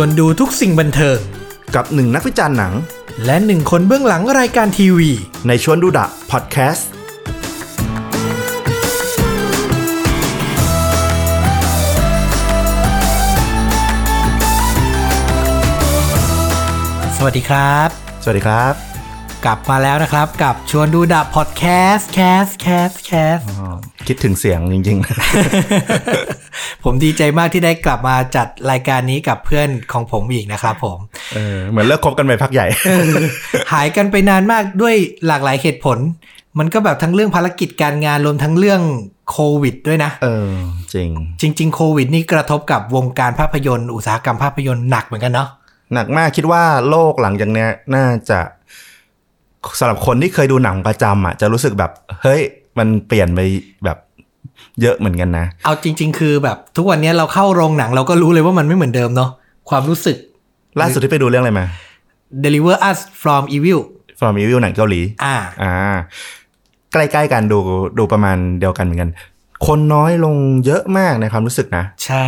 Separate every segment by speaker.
Speaker 1: วนดูทุกสิ่งบันเทิง
Speaker 2: กับหนึ่งนักวิจารณ์หนัง
Speaker 1: และหนึ่งคนเบื้องหลังรายการทีวี
Speaker 2: ในชวนดูดะพอดแคสต์
Speaker 1: สวัสดีครับ
Speaker 2: สวัสดีครับ
Speaker 1: กลับมาแล้วนะครับ กับชวนดูดับพอดแคสต์แคสต์แคสต์แคสต์
Speaker 2: คิดถึงเสียงจริง
Speaker 1: ผมดีใจมากที่ได้กลับมาจัดรายการนี้กับเพื่อนของผมอีกนะครับผม
Speaker 2: ๆ เออเหมือนเลิกคบกันไปพักใหญ่
Speaker 1: หายกันไปนานมากด้วยหลากหลายเหตุผล มันก็แบบทั้งเรื่องภารกิจการงานรวมทั้งเรื่องโควิดด้วยนะ
Speaker 2: เออ จริง
Speaker 1: จริง ๆ โควิดนี่กระทบกับวงการภาพยนตร์อุตสาหกรรมภาพยนตร์หนักเหมือนกันเนาะ
Speaker 2: หนักมากคิดว่าโลกหลังจากเนี้ยน่าจะสำหรับคนที่เคยดูหนังประจำอ่ะ จะรู้สึกแบบ เฮ้ย มันเปลี่ยนไปแบบเยอะเหมือนกันนะ
Speaker 1: เอาจริง ๆ คือแบบทุกวันนี้เราเข้าโรงหนังเราก็รู้เลยว่ามันไม่เหมือนเดิมเนาะความรู้สึก
Speaker 2: ล่าสุดที่ไปดูเรื่องอะไรมา
Speaker 1: deliver us from evil
Speaker 2: From Evil หนังเกาหลี
Speaker 1: อ่า
Speaker 2: อ่า ใกล้ๆกันดูดูประมาณเดียวกันเหมือนกัน คนน้อยลงเยอะมากในความรู้สึกนะ
Speaker 1: ใช่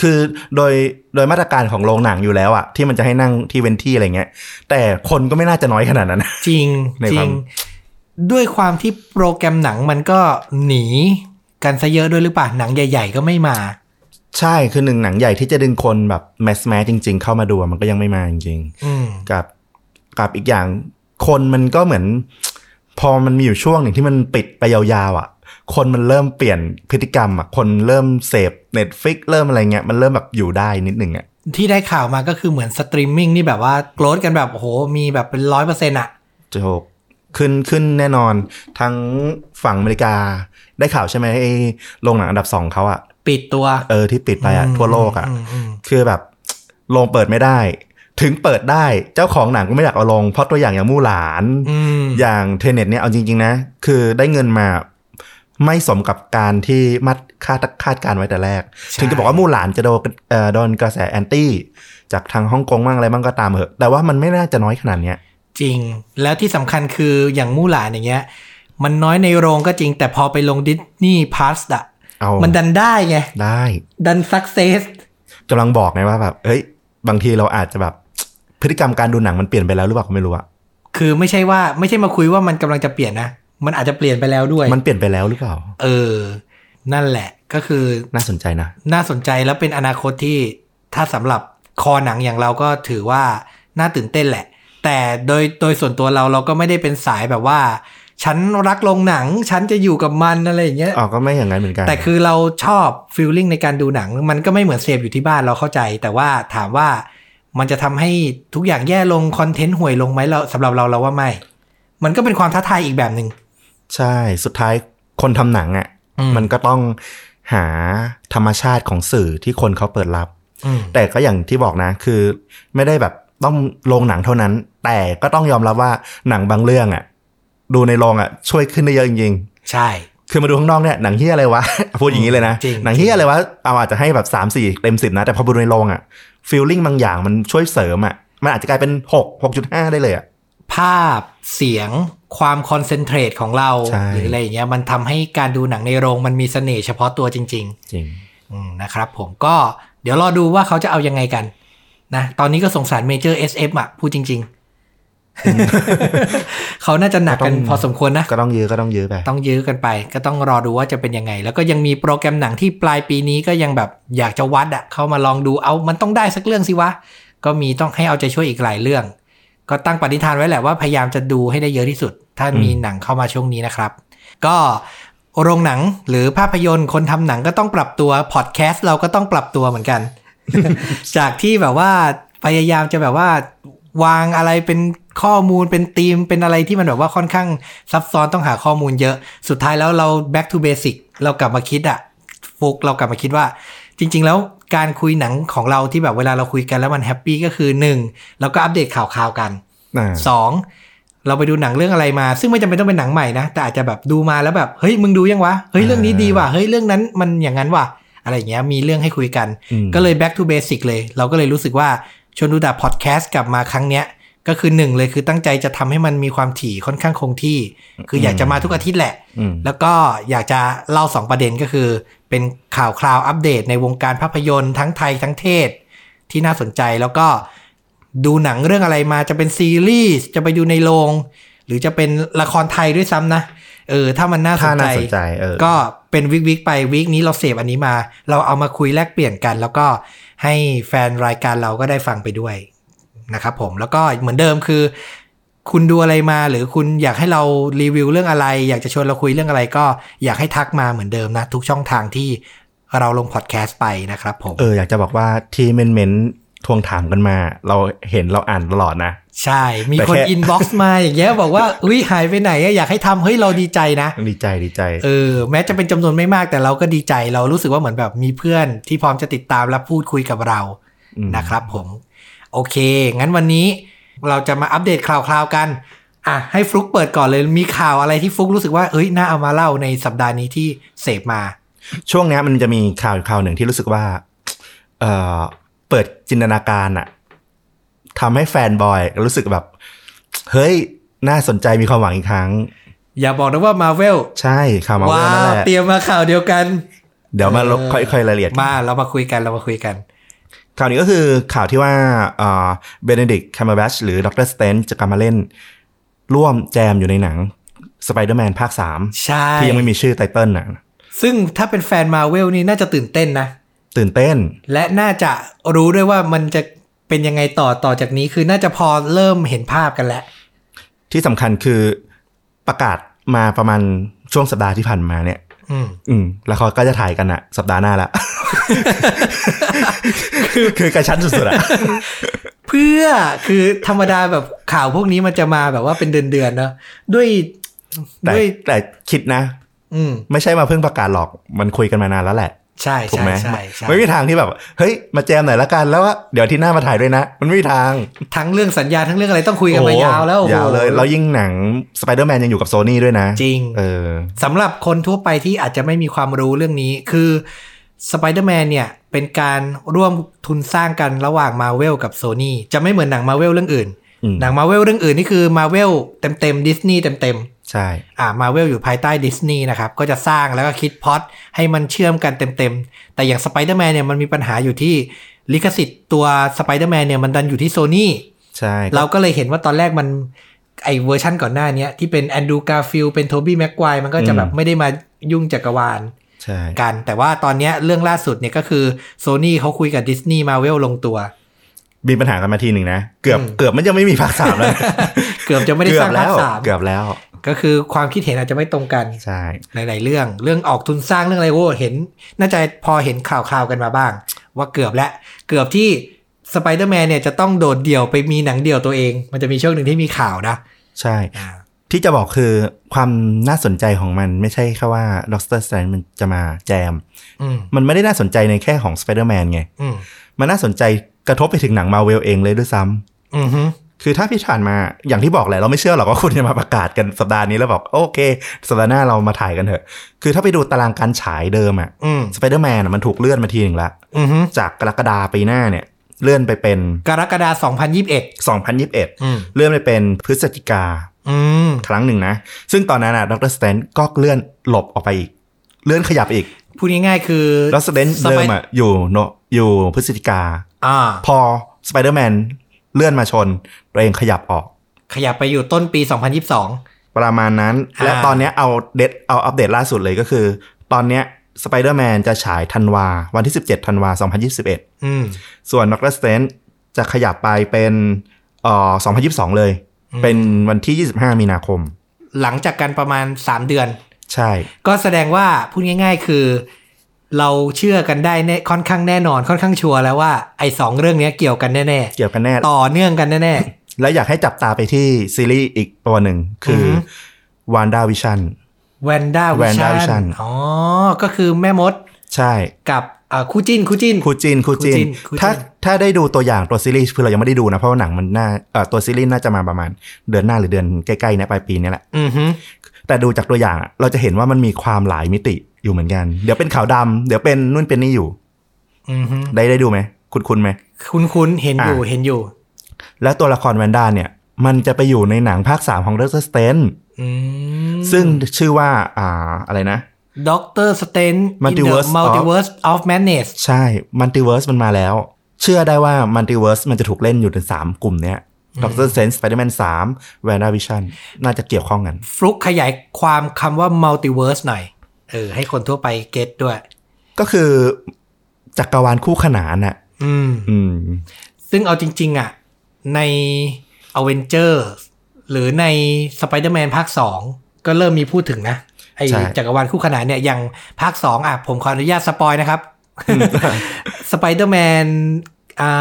Speaker 2: คือโดยโดยมาตรการของโรงหนังอยู่แล้วอะที่มันจะให้นั่งที่เว้นที่อะไรเงี้ย แต่คนก็ไม่น่าจะน้อยขนาดนั้นนะ
Speaker 1: จริง
Speaker 2: ใน
Speaker 1: จริ
Speaker 2: ควาง ม
Speaker 1: ด้วยความที่โปรแกรมหนังมันก็หนีกันซะเยอะด้วยหรือเปล่าหนังใหญ่ ๆ ก็ไม่มา
Speaker 2: ใช่คือหนึ่งหนังใหญ่ที่จะดึงคนแบบแมสแมสจริง ๆ เข้ามาดูอะมันก็ยังไม่มาจริง
Speaker 1: อืม
Speaker 2: ๆกับกับอีกอย่างคนมันก็เหมือน พอมันมีอยู่ช่วงหนึ่งที่มันปิดไปยาวๆอะคนมันเริ่มเปลี่ยนพฤติกรรมอะคนเริ่มเสพเน็ตฟิกเริ่มอะไรเงี้ยมันเริ่มแบบอยู่ได้นิดหนึ่งอะ
Speaker 1: ที่ได้ข่าวมาก็คือเหมือนสตรีมมิ่งนี่แบบว่าโกรธกันแบบโอ้โหมีแบบเป็นร้อยเปอร์เซ็นต์อะ
Speaker 2: จะโหกขึ้นขึ้นแน่นอน ทั้งฝั่งอเมริกาได้ข่าวใช่ไหมไอ้โรงหนังอันดับสองเขาอะ
Speaker 1: ปิดตัว
Speaker 2: เออ ที่ปิดไปอ่ะ ทั่วโลกอ่ะ
Speaker 1: มอืม
Speaker 2: คือแบบ โรงเปิดไม่ได้ ถึงเปิดได้เจ้าของหนังก็ไม่อยากเอาลง เพราะตัวอย่างอย่างมู่หลาน
Speaker 1: อืม
Speaker 2: อย่างเทเน็ตเนี่ย เอาจริง ๆ นะ คือได้เงินมา ไม่สมกับการที่มัดคาดคาดการไว้แต่แรก ถึงจะบอกว่ามู่หลานจะโดนเอ่อโดนกระแสแอนตี้ จากทางฮ่องกงบ้างอะไรบ้างก็ตามเหอะ แต่ว่ามันไม่น่าจะน้อยขนาดเนี้ย
Speaker 1: จริง แล้วที่สำคัญคืออย่างมู่หลานอย่างเงี้ย มันน้อยในโรงก็จริง แต่พอไปลงดิสนีย์พาสอะ
Speaker 2: เอา
Speaker 1: มันดันได้ไง
Speaker 2: ได้
Speaker 1: ดันสักเซส
Speaker 2: กำลังบอกไงว่าแบบเฮ้ย บางทีเราอาจจะแบบ พฤติกรรมการดูหนังมันเปลี่ยนไปแล้วหรือเปล่าก็ไม่รู้อะ
Speaker 1: คือไม่ใช่ว่าไม่ใช่มาคุยว่ามันกำลังจะเปลี่ยนนะ มันอาจจะเปลี่ยนไปแล้วด้วย
Speaker 2: มันเปลี่ยนไปแล้วหรือเปล่า
Speaker 1: เออ นั่นแหละก็คือ
Speaker 2: น่าสนใจนะ
Speaker 1: น่าสนใจแล้วเป็นอนาคตที่ถ้าสำหรับคอหนังอย่างเราก็ถือว่าน่าตื่นเต้นแหละ แต่โดยโดยส่วนตัวเราเราก็ไม่ได้เป็นสายแบบว่า ฉันรักโรงหนัง ฉันจะอยู่กับมันอะไรอย่างเงี้ย
Speaker 2: อ๋อก็ไม่อย่างนั้นเหมือนกัน
Speaker 1: แต่คือเราชอบฟีลลิ่งในการดูหนัง มันก็ไม่เหมือนเสพอยู่ที่บ้านเราเข้าใจ แต่ว่าถามว่ามันจะทำให้ทุกอย่างแย่ลงคอนเทนต์ห่วยลงไหมเราสำหรับเราเราว่าไม่ มันก็เป็นความท้าทายอีกแบบหนึ่ง
Speaker 2: ใช่สุดท้ายคนทำหนังอะ่ะ
Speaker 1: อืม
Speaker 2: มันก็ต้องหาธรรมชาติของสื่อที่คนเขาเปิดรับ
Speaker 1: อืม
Speaker 2: แต่ก็อย่างที่บอกนะ คือไม่ได้แบบต้องโรงหนังเท่านั้น แต่ก็ต้องยอมรับว่าหนังบางเรื่องอะ่ะดูในโรงอะ่ะช่วยขึ้นได้เยอะจริง
Speaker 1: ใช่
Speaker 2: ๆคือมาดูข้างนอกเนี่ยหนังเฮียอะไรว ะ พูดอย่างนี้เลยนะ
Speaker 1: จริง
Speaker 2: หนังเฮียอะไรวะเอาอาจจะให้แบบ3ามสี่เต็มสิบนะแต่พอไปดูในโรงอะ่ะฟีลลิ่งบางอย่างมันช่วยเสริมอะ่ะมันอาจจะกลายเป็น6 6.5 ได้เลยอ่ะ
Speaker 1: ภาพเสียงความคอนเซนเทรตของเรา
Speaker 2: ใช่
Speaker 1: หรืออะไรอย่างเงี้ยมันทำให้การดูหนังในโรงมันมีเสน่ห์เฉพาะตัวจริง ๆ
Speaker 2: จริง
Speaker 1: อืมนะครับผมก็เดี๋ยวรอดูว่าเขาจะเอายังไงกันนะตอนนี้ก็สงสารเมเจอร์ SF อ่ะ พูดจริง ๆ เขาน่าจะหนักกัน
Speaker 2: ก็ต้อง
Speaker 1: พอสมควรนะ
Speaker 2: ก็ต้องยื้อก็ต้องยื้อไป
Speaker 1: ต้องยื้อกันไป ก็ต้องรอดูว่าจะเป็นยังไง แล้วก็ยังมีโปรแกรมหนังที่ปลายปีนี้ก็ยังแบบอยากจะวัดอ่ะเข้ามาลองดูเอามันต้องได้สักเรื่องสิวะ ก็มีต้องให้เอาใจช่วยอีกหลายเรื่อง ก็ตั้งปณิธานไว้แหละว่าพยายามจะดูให้ได้เยอะที่สุด ถ้ามีหนังเข้ามาช่วงนี้นะครับ ก็โรงหนังหรือภาพยนตร์คนทำหนังก็ต้องปรับตัวพอดแคสต์เราก็ต้องปรับตัวเหมือนกัน จากที่แบบว่าพยายามจะแบบว่าวางอะไรเป็นข้อมูลเป็นธีมเป็นอะไรที่มันแบบว่าค่อนข้างซับซ้อนต้องหาข้อมูลเยอะ สุดท้ายแล้วเรา back to basic เรากลับมาคิดอะฟุกเรากลับมาคิดว่า จริง ๆ แล้วการคุยหนังของเราที่แบบเวลาเราคุยกันแล้วมันแฮปปี้ก็คือหนึ่งเราก็อัปเดตข่าวๆกัน
Speaker 2: อ่า
Speaker 1: สองเราไปดูหนังเรื่องอะไรมา ซึ่งไม่จำเป็นต้องเป็นหนังใหม่นะ แต่อาจจะแบบดูมาแล้วแบบ เฮ้ย มึงดูยังวะ เฮ้ย เรื่องนี้ดีว่ะเฮ้ย เรื่องนั้นมันอย่างนั้นว่ะอะไรอย่างเงี้ยมีเรื่องให้คุยกัน
Speaker 2: อืม
Speaker 1: ก็เลย back to basic เลย เราก็เลยรู้สึกว่าชวนดูดาพอดแคสต์กลับมาครั้งเนี้ย ก็คือหนึ่งเลยคือตั้งใจจะทำให้มันมีความถี่ค่อนข้างคงที่ คืออยากจะมาทุกอาทิตย์แหละ
Speaker 2: อืม
Speaker 1: แล้วก็อยากจะเล่า 2 ประเด็นก็คือ เป็นข่าวคราวอัปเดตในวงการภาพยนตร์ทั้งไทยทั้งเทศ ที่น่าสนใจแล้วก็ดูหนังเรื่องอะไรมาจะเป็นซีรีส์จะไปดูในโรงหรือจะเป็นละครไทยด้วยซ้ำนะเออถ้ามันน่าส
Speaker 2: ถ้าน
Speaker 1: ใจ
Speaker 2: น่าสนใจเออ
Speaker 1: ก็เป็นวิกวิกไปวิกนี้เราเสพอันนี้มา เราเอามาคุยแลกเปลี่ยนกัน แล้วก็ให้แฟนรายการเราก็ได้ฟังไปด้วยนะครับผมแล้วก็เหมือนเดิมคือ คุณดูอะไรมาหรือคุณอยากให้เรารีวิวเรื่องอะไร อยากจะชวนเราคุยเรื่องอะไรก็อยากให้ทักมาเหมือนเดิมนะ ทุกช่องทางที่เราลงพอดแคสต์ไปนะครับผม
Speaker 2: เอออยากจะบอกว่าที่เมนเมนๆทวงถามกันมา เราเห็นเราอ่านตลอดนะ
Speaker 1: ใช่ มี
Speaker 2: แต่
Speaker 1: คน
Speaker 2: แค่
Speaker 1: อินบ็อกซ์มาอย่างเงี้ยบอกว่าอุ้ยหายไปไหนอะอยากให้ทำเฮ้ยเราดีใจนะ
Speaker 2: ดีใจดีใจ
Speaker 1: เออแม้จะเป็นจำนวนไม่มากแต่เราก็ดีใจเรารู้สึกว่าเหมือนแบบมีเพื่อนที่พร้อมจะติดตามและพูดคุยกับเรา
Speaker 2: อืม
Speaker 1: นะครับผม โอเค งั้นวันนี้เราจะมาอัปเดตข่าวๆกัน อ่ะ ให้ฟลุกเปิดก่อนเลยมีข่าวอะไรที่ฟลุกรู้สึกว่าเอ้ยน่าเอามาเล่าในสัปดาห์นี้ที่เสพมา
Speaker 2: ช่วงเนี้ยมันจะมีข่าวอยู่ข่าวหนึ่งที่รู้สึกว่า เออเปิดจินตนาการอะทำให้แฟนบอยรู้สึกแบบ เฮ้ย น่าสนใจมีความหวังอีกครั้ง
Speaker 1: อย่าบอกนะว่ามาเวล
Speaker 2: ใช่ข่าวมาว่า
Speaker 1: ว้า
Speaker 2: นั่น
Speaker 1: ว
Speaker 2: แหละ
Speaker 1: เตรียมมาข่าวเดียวกัน
Speaker 2: เดี๋ยวมาลบค่อยๆรายละเอียด
Speaker 1: มาเรามาคุยกันเรามาคุยกัน
Speaker 2: ข่าวนี้ก็คือข่าวที่ว่าเบเนดิกคัมเบอร์แบชหรือดรสเตนจะกลับมาเล่น ร่วมแจมอยู่ในหนังสไปเดอร์แมนภาคสาม
Speaker 1: ใช่
Speaker 2: ที่ยังไม่มีชื่อไตเติลน่ะ
Speaker 1: ซึ่งถ้าเป็นแฟนมาเวลนี่น่าจะตื่นเต้นนะ
Speaker 2: ตื่นเต้น
Speaker 1: และน่าจะรู้ด้วยว่ามันจะเป็นยังไงต่อต่อจากนี้คือน่าจะพอเริ่มเห็นภาพกันแล้ว
Speaker 2: ที่สำคัญคือประกาศมาประมาณช่วงสัปดาห์ที่ผ่านมาเนี่ย
Speaker 1: อืม
Speaker 2: อืม แล้วเขาก็จะถ่ายกันอะสัปดาห์หน้าละ คือคือกระชั้นสุดๆอะ
Speaker 1: เพื่อคือธรรมดาแบบข่าวพวกนี้มันจะมาแบบว่าเป็นเดือนๆเนอะด้วย
Speaker 2: แต่
Speaker 1: ด้วย
Speaker 2: แต่คิดนะ
Speaker 1: อืม
Speaker 2: ไม่ใช่มาเพิ่งประกาศหรอกมันคุยกันมานานแล้วแหละ
Speaker 1: ใช่
Speaker 2: ถูก
Speaker 1: ใช่
Speaker 2: ไหม
Speaker 1: ใช่ใช่
Speaker 2: ไม่มีทางที่แบบ เฮ้ย มาแจมหน่อยละกัน แล้วว่าเดี๋ยวอาที่หน้ามาถ่ายด้วยนะ มันไม่มีทาง
Speaker 1: ทั้งเรื่องสัญญาทั้งเรื่องอะไรต้องคุยกันไป
Speaker 2: โอ้โห
Speaker 1: ยาวแล้วโอ้โห
Speaker 2: ยาวเลย แล้วยิ่งหนังสไปเดอร์แมนยังอยู่กับโซนี่ด้วยนะ
Speaker 1: จริง
Speaker 2: เออ
Speaker 1: สำหรับคนทั่วไปที่อาจจะไม่มีความรู้เรื่องนี้คือ Spider-Man เนี่ย เป็นการร่วมทุนสร้างกันระหว่าง Marvel กับ Sony จะไม่เหมือนหนัง Marvel เรื่องอื่น
Speaker 2: อืม
Speaker 1: หนัง Marvel เรื่องอื่นนี่คือ Marvel เต็มๆ Disney เต็มๆ
Speaker 2: ใช่
Speaker 1: อ่ามาเวลอยู่ภายใต้ดิสนีย์นะครับ ก็จะสร้างแล้วก็คิดพล็อตให้มันเชื่อมกันเต็มๆ แต่อย่างสไปเดอร์แมนเนี่ยมันมีปัญหาอยู่ที่ลิขสิทธิ์ตัวสไปเดอร์แมนเนี่ยมันดันอยู่ที่โซนี่
Speaker 2: ใช่
Speaker 1: เราก็เลยเห็นว่าตอนแรกมันไอเวอร์ชั่นก่อนหน้าเนี้ยที่เป็นแอนดรูการ์ฟิลด์เป็นโทบี้แม็กควายมันก็จะแบบไม่ได้มายุ่งจักรวาล
Speaker 2: ใช่
Speaker 1: กัน แต่ว่าตอนเนี้ยเรื่องล่าสุดเนี่ยก็คือโซนี่เขาคุยกับดิสนีย์มาเวลลงตัว
Speaker 2: มีปัญหากันมาทีหนึ่งนะ เกือบเกือบมันยังไม่มีภาคสามแล้ว
Speaker 1: เกือบจะไม่ได้
Speaker 2: เกื
Speaker 1: ส
Speaker 2: อ
Speaker 1: ร้าง
Speaker 2: บแล้
Speaker 1: ภาคว สาม
Speaker 2: เกือบแล้ว
Speaker 1: ก็คือความคิดเห็นอาจจะไม่ตรงกัน
Speaker 2: ใช่
Speaker 1: หลาย ๆ เรื่อง เรื่องออกทุนสร้างเรื่องอะไรโว้เห็น น่าจะพอเห็นข่าวๆกันมาบ้าง ว่าเกือบและ เกือบที่สไปเดอร์แมนเนี่ยจะต้องโดดเดี่ยวไปมีหนังเดี่ยวตัวเอง มันจะมีช่วงหนึ่งที่มีข่าวนะ
Speaker 2: ใช่
Speaker 1: อ่า
Speaker 2: ที่จะบอกคือความน่าสนใจของมันไม่ใช่แค่ว่าดรสแตนมันจะมาแจม
Speaker 1: อืม
Speaker 2: มันไม่ได้น่าสนใจในแค่ของสไปเดอร์แมนไง
Speaker 1: อืม
Speaker 2: มันน่าสนใจกระทบไปถึงหนังมาเวลเองเลยด้วยซ้ำ
Speaker 1: อืมฮึ
Speaker 2: คือถ้าพี่ผ่านมาอย่างที่บอกแหละเราไม่เชื่อหรอกว่าคุณจะมาประกาศกันสัปดาห์นี้แล้วบอกโอเคสัปดาห์หน้าเรามาถ่ายกันเถอะ คือถ้าไปดูตารางการฉายเดิมอะ
Speaker 1: อืม
Speaker 2: สไปเดอร์แมนมันถูกเลื่อนมาทีหนึ่งละ
Speaker 1: อืมฮึ
Speaker 2: จากกรกฎาปีหน้าเนี่ย เลื่อนไปเป็น
Speaker 1: กรกฎาคม2021
Speaker 2: 2021
Speaker 1: อืม
Speaker 2: เลื่อนไปเป็นพฤศจิกา
Speaker 1: อืม
Speaker 2: ครั้งหนึ่งนะ ซึ่งตอนนั้นอะดรสเตนก็เลื่อนหลบออกไปอีก เลื่อนขยับอีก
Speaker 1: พูดง่ายๆคือ
Speaker 2: ดรสเตนเดิมอะอยู่โนอยู่พฤศจิกา
Speaker 1: อ่า
Speaker 2: พอสไปเดอร์แมนเลื่อนมาชนตัวเองขยับออก
Speaker 1: ขยับไปอยู่ต้นปี 2022
Speaker 2: ประมาณนั้น
Speaker 1: อ่า
Speaker 2: และตอนเนี้ยเอาเดตเอาอัปเดตล่าสุดเลยก็คือ ตอนเนี้ยสไปเดอร์แมนจะฉายธันวา วันที่ 17ธันวา 2021
Speaker 1: อืม
Speaker 2: ส่วนดรสเตนจะขยับไปเป็นเอ่อ2022 เลย
Speaker 1: อืม
Speaker 2: เป็นวันที่ 25 มีนาคม
Speaker 1: หลังจากกันประมาณ 3 เดือน
Speaker 2: ใช่
Speaker 1: ก็แสดงว่าพูดง่าย ๆ คือ เราเชื่อกันได้แน่ค่อนข้างแน่นอนค่อนข้างชัวร์แล้วว่าไอ้สองเรื่องเนี้ยเกี่ยวกันแน่
Speaker 2: เกี่ยวกันแน่
Speaker 1: ๆ ต่อเนื่องกันแน่
Speaker 2: และอยากให้จับตาไปที่ซีรีส์อีกตัวหนึ่ง คื
Speaker 1: อ
Speaker 2: อ
Speaker 1: ฮึ
Speaker 2: วานดาวิชัน
Speaker 1: ๆ w a n d a v i s i o
Speaker 2: WandaVision
Speaker 1: n อ๋อ ก็คือแม่มด
Speaker 2: ใช่
Speaker 1: กับอ่าคู่จิ้นคู่จิ้น
Speaker 2: คูจินคู
Speaker 1: คู่
Speaker 2: จิน
Speaker 1: จิ้นคู่จิ้น
Speaker 2: ถ้าถ้าได้ดูตัวอย่างตัวซีรีส์คือเรายังไม่ได้ดูนะเพราะว่าหนังมันน่าเอ่อตัวซีรีส์น่าจะมาประมาณเดือนหน้าหรือเดือนใกล้ๆเนี่ยปลายปีเนี้แหละ
Speaker 1: อือฮึ
Speaker 2: แต่ดูจากตัวอย่างอะเราจะเห็นว่ามันมีความหลายมิติอยู่เหมือนกัน เดี๋ยวเป็นขาวดำเดี๋ยวเป็นนู่นเป็นนี่อยู่
Speaker 1: อือฮึ
Speaker 2: ได้ได้ดูไหม คุณคุณไหม
Speaker 1: คุ้นๆ เห็นอยู่
Speaker 2: อ่ะ
Speaker 1: เห็นอยู่
Speaker 2: แล้วตัวละครแวนด้าเนี่ย มันจะไปอยู่ในหนังภาค 3 ของดรสเตน
Speaker 1: อืม
Speaker 2: ซึ่งชื่อว่าอ่าอะไรนะ
Speaker 1: ด็อกเตอร์สเตน
Speaker 2: Multiverse of
Speaker 1: Multiverse of Madness
Speaker 2: ใช่มัลติเวิร์สมันมาแล้ว เชื่อได้ว่ามัลติเวิร์สมันจะถูกเล่นอยู่ในสามกลุ่มเนี้ยด็อกเตอร์เซนส์สไปเดอร์แมนสามแวนด้าวิชั่นน่าจะเกี่ยวข้องกัน
Speaker 1: ฟลุกขยายความคำว่ามัลติเวิร์สหน่อย เออ ให้คนทั่วไปเก็ตด้วย
Speaker 2: ก็คือจักรวาลคู่ขนานน่ะ
Speaker 1: อืม
Speaker 2: อืม
Speaker 1: ซึ่งเอาจริง ๆ อ่ะ ใน a v e n g e r หรือใน Spider-Man ภาค 2 ก็เริ่มมีพูดถึงนะ ไอ
Speaker 2: ใช่
Speaker 1: จักรวาลคู่ขนานเนี่ย อย่างภาค 2 อ่ะ ผมขออนุญาตสปอยนะครับ Spider-Man อ่า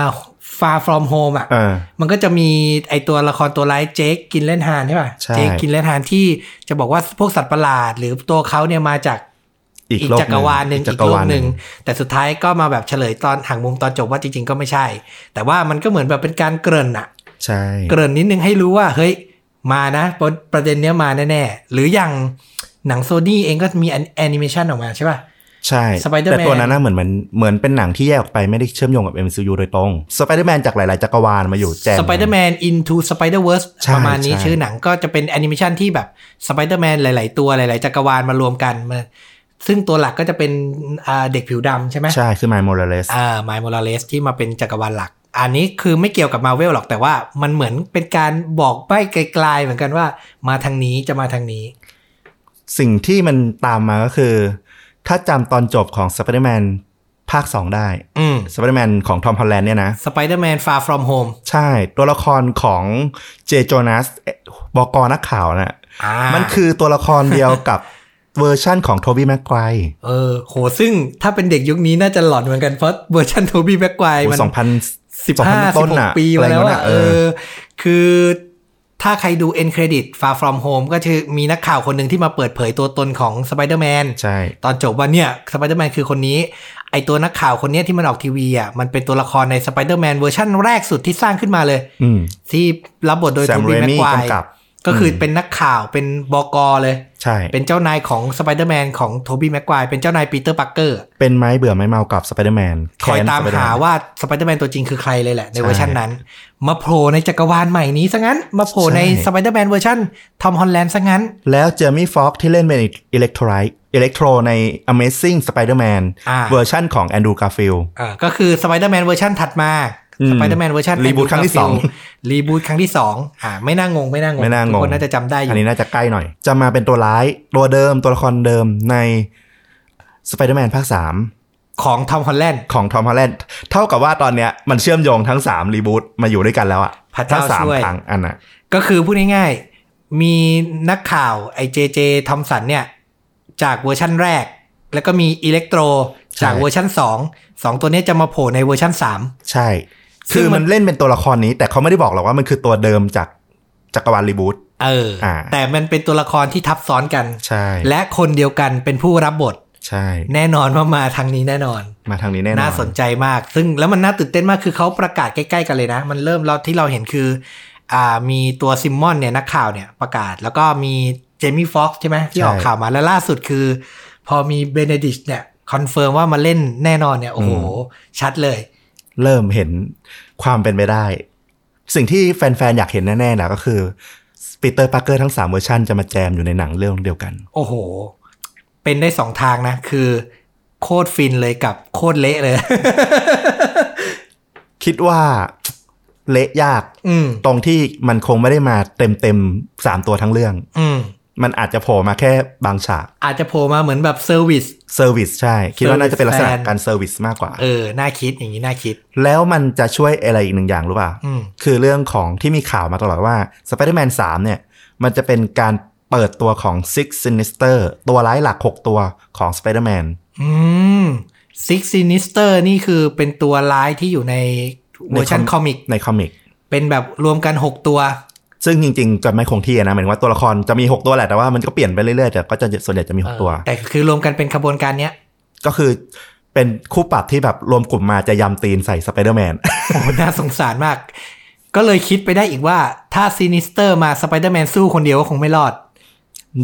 Speaker 1: Far From Home อ่ะ
Speaker 2: เออ
Speaker 1: มันก็จะมีไอตัวละครตัวร้ายเจคกินเล่นฮานใช่ป่ะ
Speaker 2: ใช่
Speaker 1: เจคกินเล่นฮานที่จะบอกว่าพวกสัตว์ประหลาด หรือตัวเขาเนี่ยมาจาก
Speaker 2: อีก
Speaker 1: อีก
Speaker 2: โลก
Speaker 1: จักรวาลหนึ่ง
Speaker 2: จั
Speaker 1: อีก
Speaker 2: กร
Speaker 1: โล
Speaker 2: วาก ล
Speaker 1: ห
Speaker 2: ห
Speaker 1: นึ่
Speaker 2: นึ่
Speaker 1: ง
Speaker 2: ง
Speaker 1: แต่สุดท้ายก็มาแบบเฉลยตอนห่างมุมตอนจบว่าจริง ๆ ก็ไม่ใช่ แต่ว่ามันก็เหมือนแบบเป็นการเกริ่นอะ
Speaker 2: ใช่
Speaker 1: เกริ่นนิดนึงให้รู้ว่า เฮ้ย มานะประประเด็นเนี้ยมาแน่ๆ หรืออย่างหนังโซนี่เองก็มีแอนิเมชันออกมาใช่ป่ะ
Speaker 2: ใช่
Speaker 1: Spider-Man
Speaker 2: แต่ตัวนั้นน่ะเหมือนมันเหมือนเป็นหนังที่แยกออกไปไม่ได้เชื่อมโยงกับ MCU โดยตรงสไปเดอร์แมนจากหลาย ๆ จักรวาลมาอยู่แจม
Speaker 1: สไปเดอร์แมน into Spider Verse
Speaker 2: ใช่
Speaker 1: ประมาณนี้
Speaker 2: ใช่
Speaker 1: ชื่อหนังก็จะเป็นแอนิเมชันที่แบบสไปเดอร์แมนหลาย ๆ ตัวหลาย ๆ จักรวาลมารวมกันมาซึ่งตัวหลักก็จะเป็นอ่าเด็กผิวดำใช่ไหม
Speaker 2: ใช่คือ My m o r a l e s
Speaker 1: อ่าไมล์โมราเลสที่มาเป็นจักรวาลหลัก อันนี้คือไม่เกี่ยวกับมาเวลหรอกแต่ว่ามันเหมือนเป็นการบอกใบ้ไกลๆเหมือนกันว่า มาทางนี้จะมาทางนี้
Speaker 2: สิ่งที่มันตามมาก็คือ ถ้าจำตอนจบของ Spider-Man ภาค 2 ได้
Speaker 1: อืม
Speaker 2: Spider-Man ของทอมฮอลแลนด์เนี่ยนะ
Speaker 1: สไปเดอร์แมนฟาฟรอมโฮม
Speaker 2: ใช่ ตัวละครของเจโจนาสบอกอนักข่าวน่ะ
Speaker 1: อ่า
Speaker 2: มันคือตัวละครเดียวกับ เวอร์ชั่นของโทบี้แม็กไกว
Speaker 1: เออโหซึ่งถ้าเป็นเด็กยุคนี้น่าจะหลอนเหมือนกันเพราะเวอร์ชันโทบี้แบ็กไกวมัน
Speaker 2: สองพัน
Speaker 1: สิบห้าสิบหกปีมาแล้วอะเออ คือถ้าใครดู end credit far from home ก็คือมีนักข่าวคนหนึ่งที่มาเปิดเผยตัวตนของสไปเดอร์แมน
Speaker 2: ใช่
Speaker 1: ตอนจบว่าเนี่ยสไปเดอร์แมนคือคนนี้ ไอตัวนักข่าวคนเนี้ยที่มันออกทีวีอ่ะมันเป็นตัวละครในสไปเดอร์แมนเวอร์ชั่นแรกสุดที่สร้างขึ้นมาเลย
Speaker 2: อืม
Speaker 1: ที่รับบทโดย
Speaker 2: Sam
Speaker 1: โทบี้แม็
Speaker 2: Raimi
Speaker 1: กไกวร์
Speaker 2: กำกับ
Speaker 1: ก็คือเป็นนักข่าวเป็นบกเลย
Speaker 2: ใช่
Speaker 1: เป็นเจ้านายของสไปเดอร์แมนของโทบี้แม็กไกวร์เป็นเจ้านายปีเตอร์ปาร์เกอร์
Speaker 2: เป็นไม้เบื่อไม้เมากับสไปเดอร์แมน
Speaker 1: คอยตามหาว่าสไปเดอร์แมนตัวจริงคือใครเลยแหละในเวอร์ชันนั้น มาโผล่ในจักรวาลใหม่นี้ซะงั้น มาโผล่ในสไปเดอร์แมนเวอร์ชันทอมฮอลแลนด์ซะงั้น
Speaker 2: แล้วเจอมี่ฟ็อกที่เล่นเป็นอิเล็กโทรไลอิเล็กโทรใน Amazing Spider-Man
Speaker 1: อ่า
Speaker 2: เวอร์ชั่นของแอนดรูกาฟิล
Speaker 1: อ่าก็คือสไปเดอร์แมนเวอร์ชันถัดมา
Speaker 2: อืม
Speaker 1: สไปเดอร์แมนเวอร์ชัน
Speaker 2: Reboot ครั้งที่สอง
Speaker 1: รีบูทครั้งที่สองอ่าไม่น่างงไม่น่างง
Speaker 2: ไม่น่าง
Speaker 1: ทุก
Speaker 2: ง
Speaker 1: คนน่าจะจำได้อยู่
Speaker 2: นนี้น่าจะใกล้หน่อย จะมาเป็นตัวร้ายตัวเดิมตัวละครเดิมใน Spider-Man ภาค
Speaker 1: ของทอมฮอลแลนด์
Speaker 2: 3 ของทอมฮอลแลนด์เท่ากับว่าตอนเนี้ยมันเชื่อมโยงทั้ง 3 รีบูตมาอยู่ด้วยกันแล้วอะ
Speaker 1: พระเจ้า
Speaker 2: ทั้งสาม
Speaker 1: ช่วย
Speaker 2: ครั้งอันน่ะ
Speaker 1: ก็คือพูดง่ายๆ มีนักข่าวไอเจเจทอมสันเนี่ย จากเวอร์ชันแรก แล้วก็มีอิเล็กโตร
Speaker 2: ใช่
Speaker 1: จากเวอร์ชันสองสองตัวเนี้ยจะมาโผล่ในเวอร์ชันสาม
Speaker 2: ใช่
Speaker 1: ซึ่
Speaker 2: คื
Speaker 1: ง
Speaker 2: อ
Speaker 1: มัน
Speaker 2: มันเล่นเป็นตัวละครนี้ แต่เขาไม่ได้บอกหรอกว่ามันคือตัวเดิมจากจักรวาลรีบูต
Speaker 1: เออ
Speaker 2: อ่า
Speaker 1: แต่มันเป็นตัวละครที่ทับซ้อนกัน
Speaker 2: ใช่
Speaker 1: และคนเดียวกันเป็นผู้รับบท
Speaker 2: ใช่
Speaker 1: แน่นอนว่ามาทางนี้แน่นอน
Speaker 2: มาทางนี้แน่นอน
Speaker 1: น่าสนใจมาก ซึ่งแล้วมันน่าตื่นเต้นมาก คือเขาประกาศใกล้ๆกันเลยนะ มันเริ่มเราที่เราเห็นคือ อ่า มีตัวซิมมอนเนี่ยนักข่าวเนี่ยประกาศ แล้วก็มีเจมี่ฟ็อกซ์ใช่ไหมที่
Speaker 2: ใช่
Speaker 1: ออกข่าวมา แล้วล่าสุดคือ พอมีเบเนดิชเนี่ยคอนเฟิร์มว่ามาเล่นแน่นอนเนี่ย โอ้โห ชัดเลย
Speaker 2: เริ่มเห็นความเป็นไปได้ สิ่งที่แฟนๆ อยากเห็นแน่ๆนะก็คือปีเตอร์ปาร์เกอร์ทั้ง 3 เวอร์ชันจะมาแจมอยู่ในหนังเรื่องเดียวกัน
Speaker 1: โอ้โห เป็นได้สองทางนะ คือ โคตรฟินเลยกับโคตรเละเลย
Speaker 2: คิดว่าเละยาก
Speaker 1: อืม
Speaker 2: ตรงที่มันคงไม่ได้มาเต็มๆสามตัวทั้งเรื่อง
Speaker 1: อืม
Speaker 2: มันอาจจะโผล่มาแค่บางฉาก
Speaker 1: อาจจะโผล่มาเหมือนแบบเซอร์วิส
Speaker 2: เซอร์วิสใช่ คิดว่าน่าจะเป็นลักษณะ
Speaker 1: Service
Speaker 2: การเซอร์วิสมากกว่า
Speaker 1: เออ น่าคิดอย่างนี้น่าคิด
Speaker 2: แล้วมันจะช่วยอะไรอีกหนึ่งอย่างรู้ป่ะ
Speaker 1: อืม
Speaker 2: คือเรื่องของที่มีข่าวมาตลอดว่า Spider-Man 3 เนี่ย มันจะเป็นการเปิดตัวของ Six Sinister ตัวร้ายหลัก 6 ตัวของ Spider-Man
Speaker 1: อืมซิกซินิสเตอร์นี่คือเป็นตัวร้ายที่อยู่ในเวอร์ชัน
Speaker 2: ใน
Speaker 1: ค
Speaker 2: ค
Speaker 1: อ
Speaker 2: อ
Speaker 1: มิ
Speaker 2: มิ
Speaker 1: ก
Speaker 2: ในคอมิก
Speaker 1: เป็นแบบรวมกัน 6 ตัว
Speaker 2: ซึ่งจริงๆจะไม่คงที่นะ หมายถึงว่าตัวละครจะมี 6 ตัวแหละ แต่ว่ามันก็เปลี่ยนไปเรื่อยๆ แต่ก็จะส่วนใหญ่จะมี 6 ตัว
Speaker 1: แต่คือรวมกันเป็นขบวนการเนี้ย
Speaker 2: ก็คือเป็นคู่ปรับที่แบบรวมกลุ่มมาจะยำตีนใส่ Spider-Man
Speaker 1: โอ้โห น่าสงสารมาก ก็เลยคิดไปได้อีกว่าถ้าซินิสเตอร์มาสไปเดอร์แมนสู้คนเดียวก็คงไม่รอด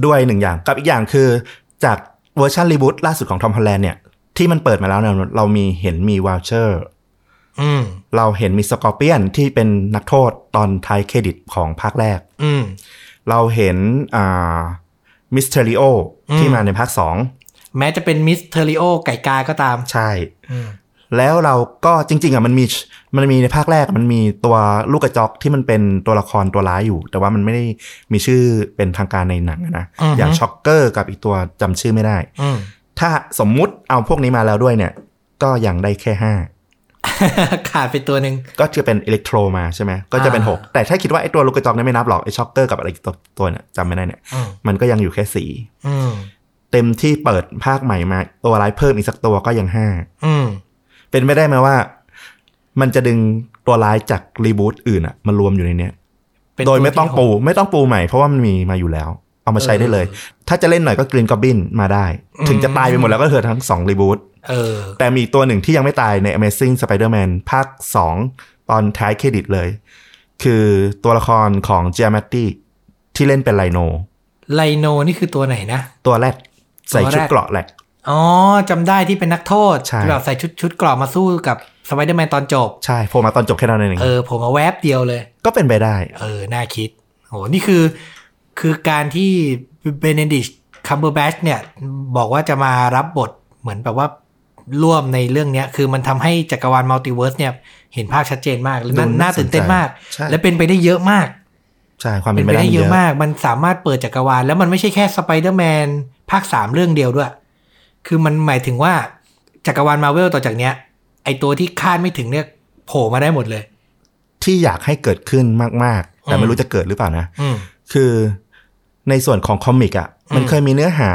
Speaker 2: ด้วยหนึ่งอย่าง กับอีกอย่างคือจากเวอร์ชันรีบูตล่าสุดของทอมฮอลแลนด์เนี่ยที่มันเปิดมาแล้วเนี่ยเรามีเห็นมีวาเชอร์
Speaker 1: อืม
Speaker 2: เราเห็นมีสกอร์เปียนที่เป็นนักโทษตอนท้ายเครดิตของภาคแรก
Speaker 1: อืม
Speaker 2: เราเห็นอ่ามิสเทริโอ
Speaker 1: อืม
Speaker 2: ที่มาในภาค
Speaker 1: แม้จะเป็นมิสเทอริโอไก่กาก็ตาม
Speaker 2: 2 ใช่
Speaker 1: อืม
Speaker 2: แล้วเราก็จริง ๆอ่ะมันมีมันมีในภาคแรกมันมีตัวลูกกระจอกที่มันเป็นตัวละครตัวร้ายอยู่ แต่ว่ามันไม่ได้มีชื่อเป็นทางการในหนังอะนะ
Speaker 1: อือฮึ
Speaker 2: อย่างช็อกเกอร์กับอีกตัวจำชื่อไม่ได้
Speaker 1: อืม
Speaker 2: ถ้าสมมุติเอาพวกนี้มาแล้วด้วยเนี่ย ก็อย่างได้แค่ห้า
Speaker 1: ขาดไปตัวหนึ่ง
Speaker 2: ก็จะเป็นอิเล็กโทรมาใช่ไหมก็จะเป็น
Speaker 1: อ่า
Speaker 2: 6 แต่ถ้าคิดว่าไอ้ตัวลูกกระจอกเนี่ยไม่นับหรอก ไอ้ช็อกเกอร์กับอะไรตัวตัวเนี่ยจำไม่ได้เนี่ย
Speaker 1: อืม
Speaker 2: มันก็ยังอยู่แค่สี่
Speaker 1: อืม
Speaker 2: เต็มที่เปิดภาคใหม่มาตัวร้ายเพิ่มอีกสักตัวก็ยังห้า
Speaker 1: อืม
Speaker 2: เป็นไม่ได้ไหมว่า มันจะดึงตัวร้ายจากรีบูตอื่นอะมารวมอยู่ในเนี้ย
Speaker 1: เป็น
Speaker 2: โดยไม่ต้อง
Speaker 1: ที่หก
Speaker 2: ปูไม่ต้องปูใหม่เพราะว่ามันมีมาอยู่แล้ว เอามาใช้ได้เลย ถ้าจะเล่นหน่อยก็กรีนกอบบินมาได้
Speaker 1: อืม
Speaker 2: ถึงจะตายไปหมดแล้วก็เถอะทั้งสองรีบูต
Speaker 1: เออ
Speaker 2: แต่มีอีกตัวหนึ่งที่ยังไม่ตายใน Amazing Spider-Man ภาค 2 ตอนท้ายเครดิตเลย คือตัวละครของ g i a m a t t i ที่เล่นเป็นไลโน
Speaker 1: ไลโนนี่คือตัวไหนนะ
Speaker 2: ตัวแรกใส่ชุด
Speaker 1: ตัวแรก
Speaker 2: เกราะแหลก
Speaker 1: อ๋อจำได้ที่เป็นนักโทษ
Speaker 2: ใช่
Speaker 1: ที่แบบใส่ชุดชุดเกรอบมาสู้กับสไปเดอร์แมนตอนจบ
Speaker 2: ใช่โผล่มาตอนจบแค่นั้นเอง
Speaker 1: เออ ผมมาแวบเดียวเลย
Speaker 2: ก็เป็นไปได้
Speaker 1: เออ น่าคิด โห นี่คือ คือการที่เบเนดิชคัมเบอร์แบชเนี่ย บอกว่าจะมารับบทเหมือนแบบว่าร่วมในเรื่องเนี้ย คือมันทำให้จักรวาลมัลติเวิร์สเนี่ย เห็นภาพชัดเจนมากและนา
Speaker 2: ดู
Speaker 1: น่า
Speaker 2: น่าสนใจ
Speaker 1: ตื่นเต้นมาก
Speaker 2: ใช่
Speaker 1: และเป็นไปได้เยอะมาก
Speaker 2: ใช่ความเป็
Speaker 1: เป็น น
Speaker 2: ไป
Speaker 1: ไป
Speaker 2: ได้
Speaker 1: ได้
Speaker 2: มี
Speaker 1: เย
Speaker 2: เย
Speaker 1: อะ
Speaker 2: อะ
Speaker 1: มาก มันสามารถเปิดจักรวาล แล้วมันไม่ใช่แค่สไปเดอร์แมนภาคสามเรื่องเดียวด้วย คือมันหมายถึงว่าจักรวาลมาเวลต่อจากเนี้ย ไอตัวที่คาดไม่ถึงเนี่ยโผล่มาได้หมดเลย
Speaker 2: ที่อยากให้เกิดขึ้นมาก ๆ แต่
Speaker 1: อื
Speaker 2: ไม่
Speaker 1: ม
Speaker 2: รู้จะเกิดหรือเปล่านะ
Speaker 1: อืม
Speaker 2: คือในส่วนของคอมิกอ่ะ
Speaker 1: อืม
Speaker 2: มันเคยมีเนื้อหา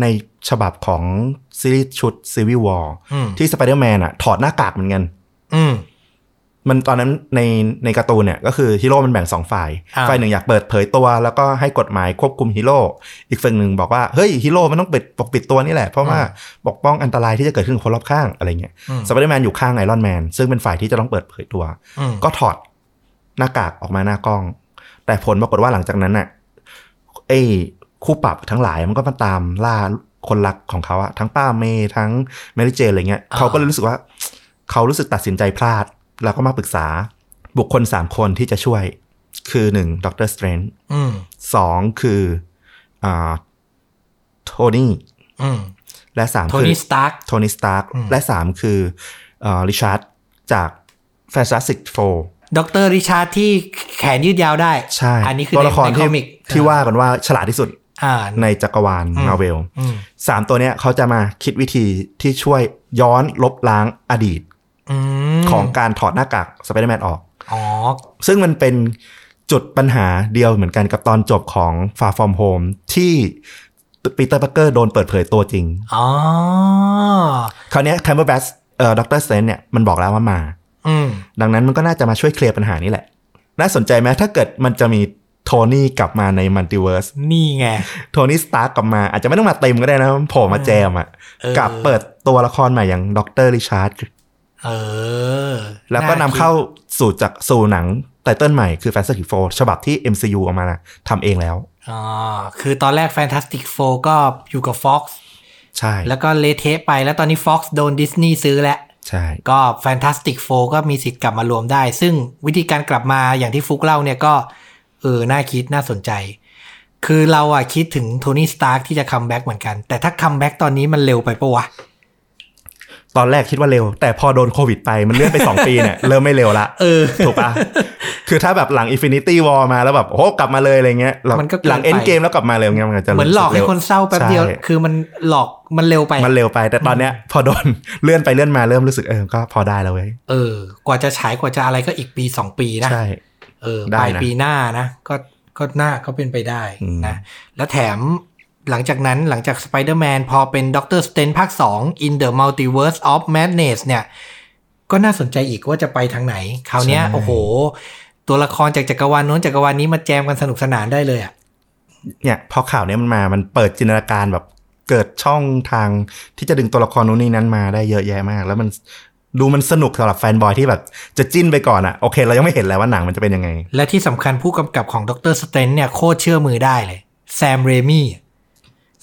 Speaker 2: ในฉบับของซีรีส์ชุด Civil War
Speaker 1: อืม
Speaker 2: ที่สไปเดอร์แมนอ่ะถอดหน้ากากเหมือนกัน
Speaker 1: อืม
Speaker 2: มันตอนนั้นในในการ์ตูนเนี่ยก็คือฮีโร่มันแบ่งสองฝ่าย
Speaker 1: อ่า
Speaker 2: ฝ่ายหนึ่งอยากเปิดเผยตัว แล้วก็ให้กฎหมายควบคุมฮีโร่อีกฝั่งหนึ่งบอกว่า เฮ้ยฮีโร่มันต้องปิดปกปิดตัวนี่แหละ เพราะว่าปกป้องอันตรายที่จะเกิดขึ้นกับคนรอบข้างอะไรเงี้ย
Speaker 1: อืม
Speaker 2: สไปเดอร์แมนอยู่ข้างไอรอนแมนซึ่งเป็นฝ่ายที่จะต้องเปิดเผยตัว
Speaker 1: อืม
Speaker 2: ก็ถอดหน้ากากออกมาหน้ากล้อง แต่ผลปรากฏว่าหลังจากนั้นน่ะไอ้คู่ปรับทั้งหลายมันก็มาตามล่าคนรักของเขาอะทั้งป้าเมย์ทั้งแมรี่เจนอะไรเงี้ย
Speaker 1: อ่า
Speaker 2: เขาก็เลยรู้สึกว่า เขารู้สึกตัดสินใจพลาด แล้วก็มาปรึกษาบุคคลสามคนที่จะช่วย คือหนึ่งด็อกเตอร์สเตรน
Speaker 1: อืม
Speaker 2: สองคืออ่าโทนี่
Speaker 1: อืม
Speaker 2: และสาม
Speaker 1: โท
Speaker 2: คือ
Speaker 1: นี่สตาร์ก
Speaker 2: โทนี่สตาร์
Speaker 1: อืม
Speaker 2: และสามคือริชาร์ดจากแฟนตาสติกโฟ
Speaker 1: ด็อกเตอร์ริชาร์ดที่แขนยืดยาวได้
Speaker 2: ใช่
Speaker 1: อันนี้คือ
Speaker 2: ตัวละคร
Speaker 1: ในใน
Speaker 2: ที่
Speaker 1: อมิก
Speaker 2: ที่ว่ากันว่าฉลาดที่สุด
Speaker 1: อ่า
Speaker 2: ในจักรวาล
Speaker 1: อืม
Speaker 2: มาเวล
Speaker 1: อืม
Speaker 2: สามตัวเนี้ยเขาจะมาคิดวิธีที่ช่วยย้อนลบล้างอดีต
Speaker 1: อืม
Speaker 2: ของการถอดหน้ากากสไปเดอร์แมนออก
Speaker 1: อ๋อ
Speaker 2: ซึ่งมันเป็นจุดปัญหาเดียวเหมือนกันกับตอนจบของ Far From Home ที่ปีเตอร์ r ั k เกอร์โดนเปิดเผยตัวจริง
Speaker 1: อ๋อ
Speaker 2: คราวเนี้แคมเบอร์แบสเอ่อด็อกเตอร์เซนเนี่ยมันบอกแล้วว่ามา
Speaker 1: อืม
Speaker 2: ดังนั้นมันก็น่าจะมาช่วยเคลียร์ปัญหานี้แหละ น่าสนใจไหมถ้าเกิดมันจะมีโทนี่กลับมาในมัลติเวิร์ส
Speaker 1: นี่ไง
Speaker 2: โทนี่สตาร์กกลับมาอาจจะไม่ต้องมาเต็มก็ได้นะโผล่มาแจมอะ
Speaker 1: เออ
Speaker 2: กลับเปิดตัวละครใหม่อย่างด็อกเตอร์ริชาร์ด
Speaker 1: เออ
Speaker 2: แล้วก็นำเข้าสู่จากสู่หนังไตเติ้ลใหม่คือแฟนตาซีโฟฉบับที่ MCU เอามาทำเองแล้ว
Speaker 1: อ๋อคือตอนแรก Fantastic Four ก็อยู่กับ Fox
Speaker 2: ใช่
Speaker 1: แล้วก็เลเทะไปแล้วตอนนี้ Fox โดนดิสนีย์ซื้อแล้ว
Speaker 2: ใช่
Speaker 1: ก็ Fantastic Four ก็มีสิทธิ์กลับมารวมได้ ซึ่งวิธีการกลับมาอย่างที่ฟุกเล่าเนี่ยก็ เออ น่าคิดน่าสนใจ คือเราอะคิดถึงโทนี่สตาร์ที่จะคัมแบ็กเหมือนกัน แต่ถ้าคัมแบ็กตอนนี้มันเร็วไปปะวะ
Speaker 2: ตอนแรกคิดว่าเร็ว แต่พอโดนโควิดไปมันเลื่อนไป 2 ปี เนี่ยเริ่มไม่เร็วละ
Speaker 1: เออ
Speaker 2: ถูกปะคือถ้าแบบหลัง Infinity War มาแล้วแบบโอ้โหกลับมาเลยอะไรเงี้ยเราม
Speaker 1: นก็เกิน
Speaker 2: หลัง
Speaker 1: ไป
Speaker 2: End Game แล้วกลับมาเร็วเงี้ยมันจะ
Speaker 1: เหมือนหลอกให้คนเศร้าแป๊บเดียว
Speaker 2: ใช่
Speaker 1: คือมันหลอกมันเร็วไป
Speaker 2: มันเร็วไปแต่ตอนเนี้ยพอโดน เลื่อนไปเลื่อนมาเริ่มรู้สึกเออก็พอได้แล้วเว้ย
Speaker 1: เออ กว่าจะฉายกว่าจะอะไรก็อีกปี 2 ปีนะ
Speaker 2: ใช่
Speaker 1: เออ
Speaker 2: ได้
Speaker 1: ปลาย
Speaker 2: นะ
Speaker 1: ปีหน้านะ ก็ก็หน้าก็เป็นไปได้
Speaker 2: อืม
Speaker 1: นะ แล้วแถมหลังจากนั้นหลังจากสไปเดอร์แมนพอเป็นด็อกเตอร์สเตนภาค 2 In the Multiverse of Madness เนี่ย ก็น่าสนใจอีกว่าจะไปทางไหน คราวเนี้ย โอ้โห ตัวละครจากจักรวาลโน้นจักรวาลนี้มาแจมกันสนุกสนานได้เลยอ่ะ
Speaker 2: เนี่ยพอข่าวเนี้ยมันมามันเปิดจินตนาการแบบเกิดช่องทางที่จะดึงตัวละครนู้นนี่นั้นมาได้เยอะแยะมาก แล้วมันดูมันสนุกสำหรับแฟนบอยที่แบบจะจิ้นไปก่อนอะโอเค เรายังไม่เห็นแล้วว่าหนังมันจะเป็นยังไง
Speaker 1: และที่สำคัญผู้กำกับของด็อกเตอร์สเตนเนี่ยโคตรเชื่อมือได้เลย แซมเรมี่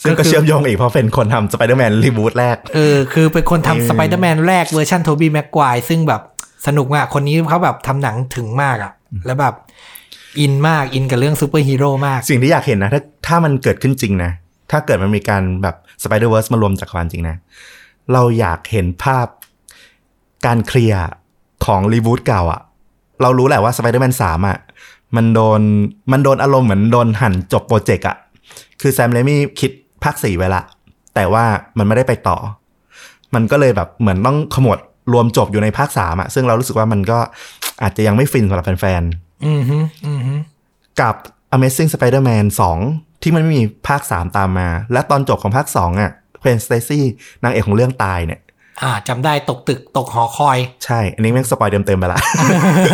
Speaker 2: ซึ่ง
Speaker 1: ก็
Speaker 2: ก็
Speaker 1: คือ
Speaker 2: เชื่อมโยงอีกเพราะเป็นคนทำสไปเดอร์แมนรีบูตแรก
Speaker 1: เออ คือเป็นคน
Speaker 2: เออ
Speaker 1: ทำสไปเดอร์แมนแรกเวอร์ชันโทบี้แม็กควายซึ่งแบบสนุกมาก คนนี้เขาแบบทำหนังถึงมากอะ่ะ แล้วแบบ อินมาก อินกับเรื่องซูเปอร์ฮีโร่มาก
Speaker 2: สิ่งที่อยากเห็นนะ ถ้าถ้ามันเกิดขึ้นจริงนะ ถ้าเกิดมันมีการแบบสไปเดอร์เวิร์สมารวมจักรวาลจริงนะ เราอยากเห็นภาพ การเคลียร์ของรีบูตเก่าอะเรารู้แหละว่าสไปเดอร์แมนสามอะมันโดนมันโดนอารมณ์เหมือนโดนหั่นจบโปรเจกต์อะคือแซมเลมี่คิดภาคสี่ไว้ละ แต่ว่ามันไม่ได้ไปต่อ มันก็เลยแบบเหมือนต้องขมวดรวมจบอยู่ในภาคสามอะซึ่งเรารู้สึกว่ามันก็อาจจะยังไม่ฟินสำหรับแฟน
Speaker 1: อืมฮึอืมฮึ
Speaker 2: ๆ กับ Amazing Spider-Man 2 ที่มันไม่มีภาค 3 ตามมา และตอนจบของภาค 2อ่ะเควนสเตซี่นางเอกของเรื่องตายเนี่ย
Speaker 1: อ่าจำได้ตกตึกตกหอคอย
Speaker 2: ใช่ อันนี้แม่งสปอยเต็มๆไปละ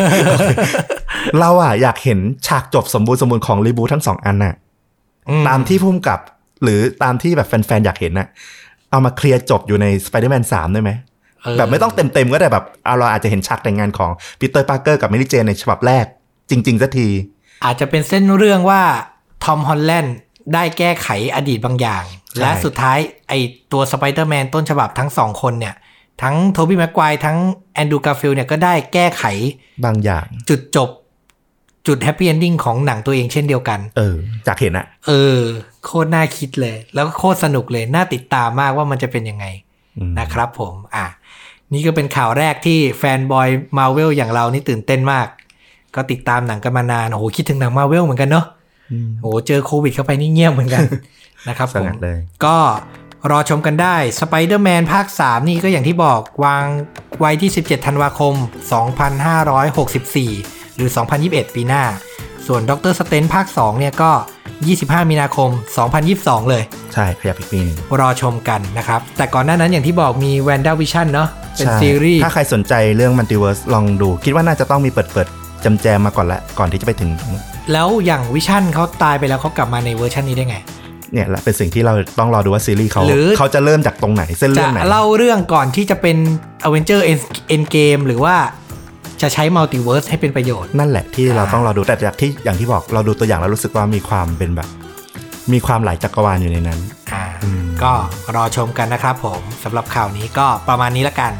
Speaker 2: เราอ่ะอยากเห็นฉากจบสมบูรณ์สมบูรณ์ของรีบูททั้งสองอันน่ะ
Speaker 1: อื
Speaker 2: ตามที่พุ่มกับ หรือตามที่แบบแฟนๆ อยากเห็นน่ะ เอามาเคลียร์จบอยู่ใน Spider-Man 3 ได้ไหม
Speaker 1: เ
Speaker 2: แบบไม่ต้องเต็มๆ ก็ได้แบบเอาเราอาจจะเห็นฉากแต่งงานของปีเตอร์ปาร์เกอร์กับเมลี่เจนในฉบับแรก จริงๆสักที
Speaker 1: อาจจะเป็นเส้นเรื่องว่าทอมฮอลแลนด์ได้แก้ไขอดีตบางอย่าง
Speaker 2: ใช่
Speaker 1: และสุดท้ายไอตัวสไปเดอร์แมนต้นฉบับทั้งสองคนเนี่ย ทั้งโทบี้แม็กควายทั้งแอนดรูว์การ์ฟิลด์เนี่ยก็ได้แก้ไข
Speaker 2: บางอย่าง
Speaker 1: จุดจบ จุดแฮปปี้เอนดิ้งของหนังตัวเองเช่นเดียวกัน
Speaker 2: เออจากเห็นอะ
Speaker 1: เออ โคตรน่าคิดเลย แล้วก็โคตรสนุกเลย น่าติดตามมากว่ามันจะเป็นยังไง
Speaker 2: อืม
Speaker 1: นะครับผมอ่ะนี่ก็เป็นข่าวแรกที่แฟนบอยมาเวลอย่างเรานี่ตื่นเต้นมาก ก็ติดตามหนังกันมานาน โอ้โห คิดถึงหนังมาเวลเหมือนกันเนอะ
Speaker 2: อืม
Speaker 1: โอ้โห เจอโควิดเข้าไปนี่เงียบเหมือนกัน นะครับ
Speaker 2: ส
Speaker 1: ผม
Speaker 2: งัดเลย
Speaker 1: ก็รอชมกันได้สไปเดอร์แมนภาค 3 นี่ก็อย่างที่บอกวางไว้ที่ 17 ธันวาคม 2564 หรือ 2021 ปีหน้า ส่วนด็อกเตอร์สเตนภาค 2 เนี่ยก็ 25 มีนาคม 2022 เลย
Speaker 2: ใช่ขยับอีกปีหนึง
Speaker 1: รอชมกันนะครับ แต่ก่อนหน้านั้นอย่างที่บอกมี w a n d a v i s i o n เนาะเป็น
Speaker 2: ใช่
Speaker 1: ซีรีส์
Speaker 2: ถ้าใครสนใจเรื่องมั l ติเวิร์สลองดู คิดว่าน่าจะต้องมีเปิดเปิดๆจำแจมมาก่อนละก่อนที่จะไปถึง
Speaker 1: แล้วอย่างวิชั่นเขาตายไปแล้วเขากลับมาในเวอร์ชันนี้ได้ไง
Speaker 2: เนี่ยแหละเป็นสิ่งที่เราต้องรอดูว่าซีรีส์เขา
Speaker 1: หรือ
Speaker 2: เขาจะเริ่มจากตรงไหนเส้น
Speaker 1: จะ
Speaker 2: เรื่องไหน
Speaker 1: เล่าเรื่องก่อนที่จะเป็น a v e n g e r End Game หรือว่าจะใช้ Multiverse ให้เป็นประโยชน์
Speaker 2: นั่นแหละที่เราต้องรอดูแต่จากที่อย่างที่บอกเราดูตัวอย่างแล้วรู้สึกว่ามีความเป็นแบบ มีความหลายจักรวาลอยู่ในนั้น
Speaker 1: อ่า
Speaker 2: อืม
Speaker 1: ก็รอชมกันนะครับผมสำหรับข่าวนี้ก็ประมาณนี้ละกัน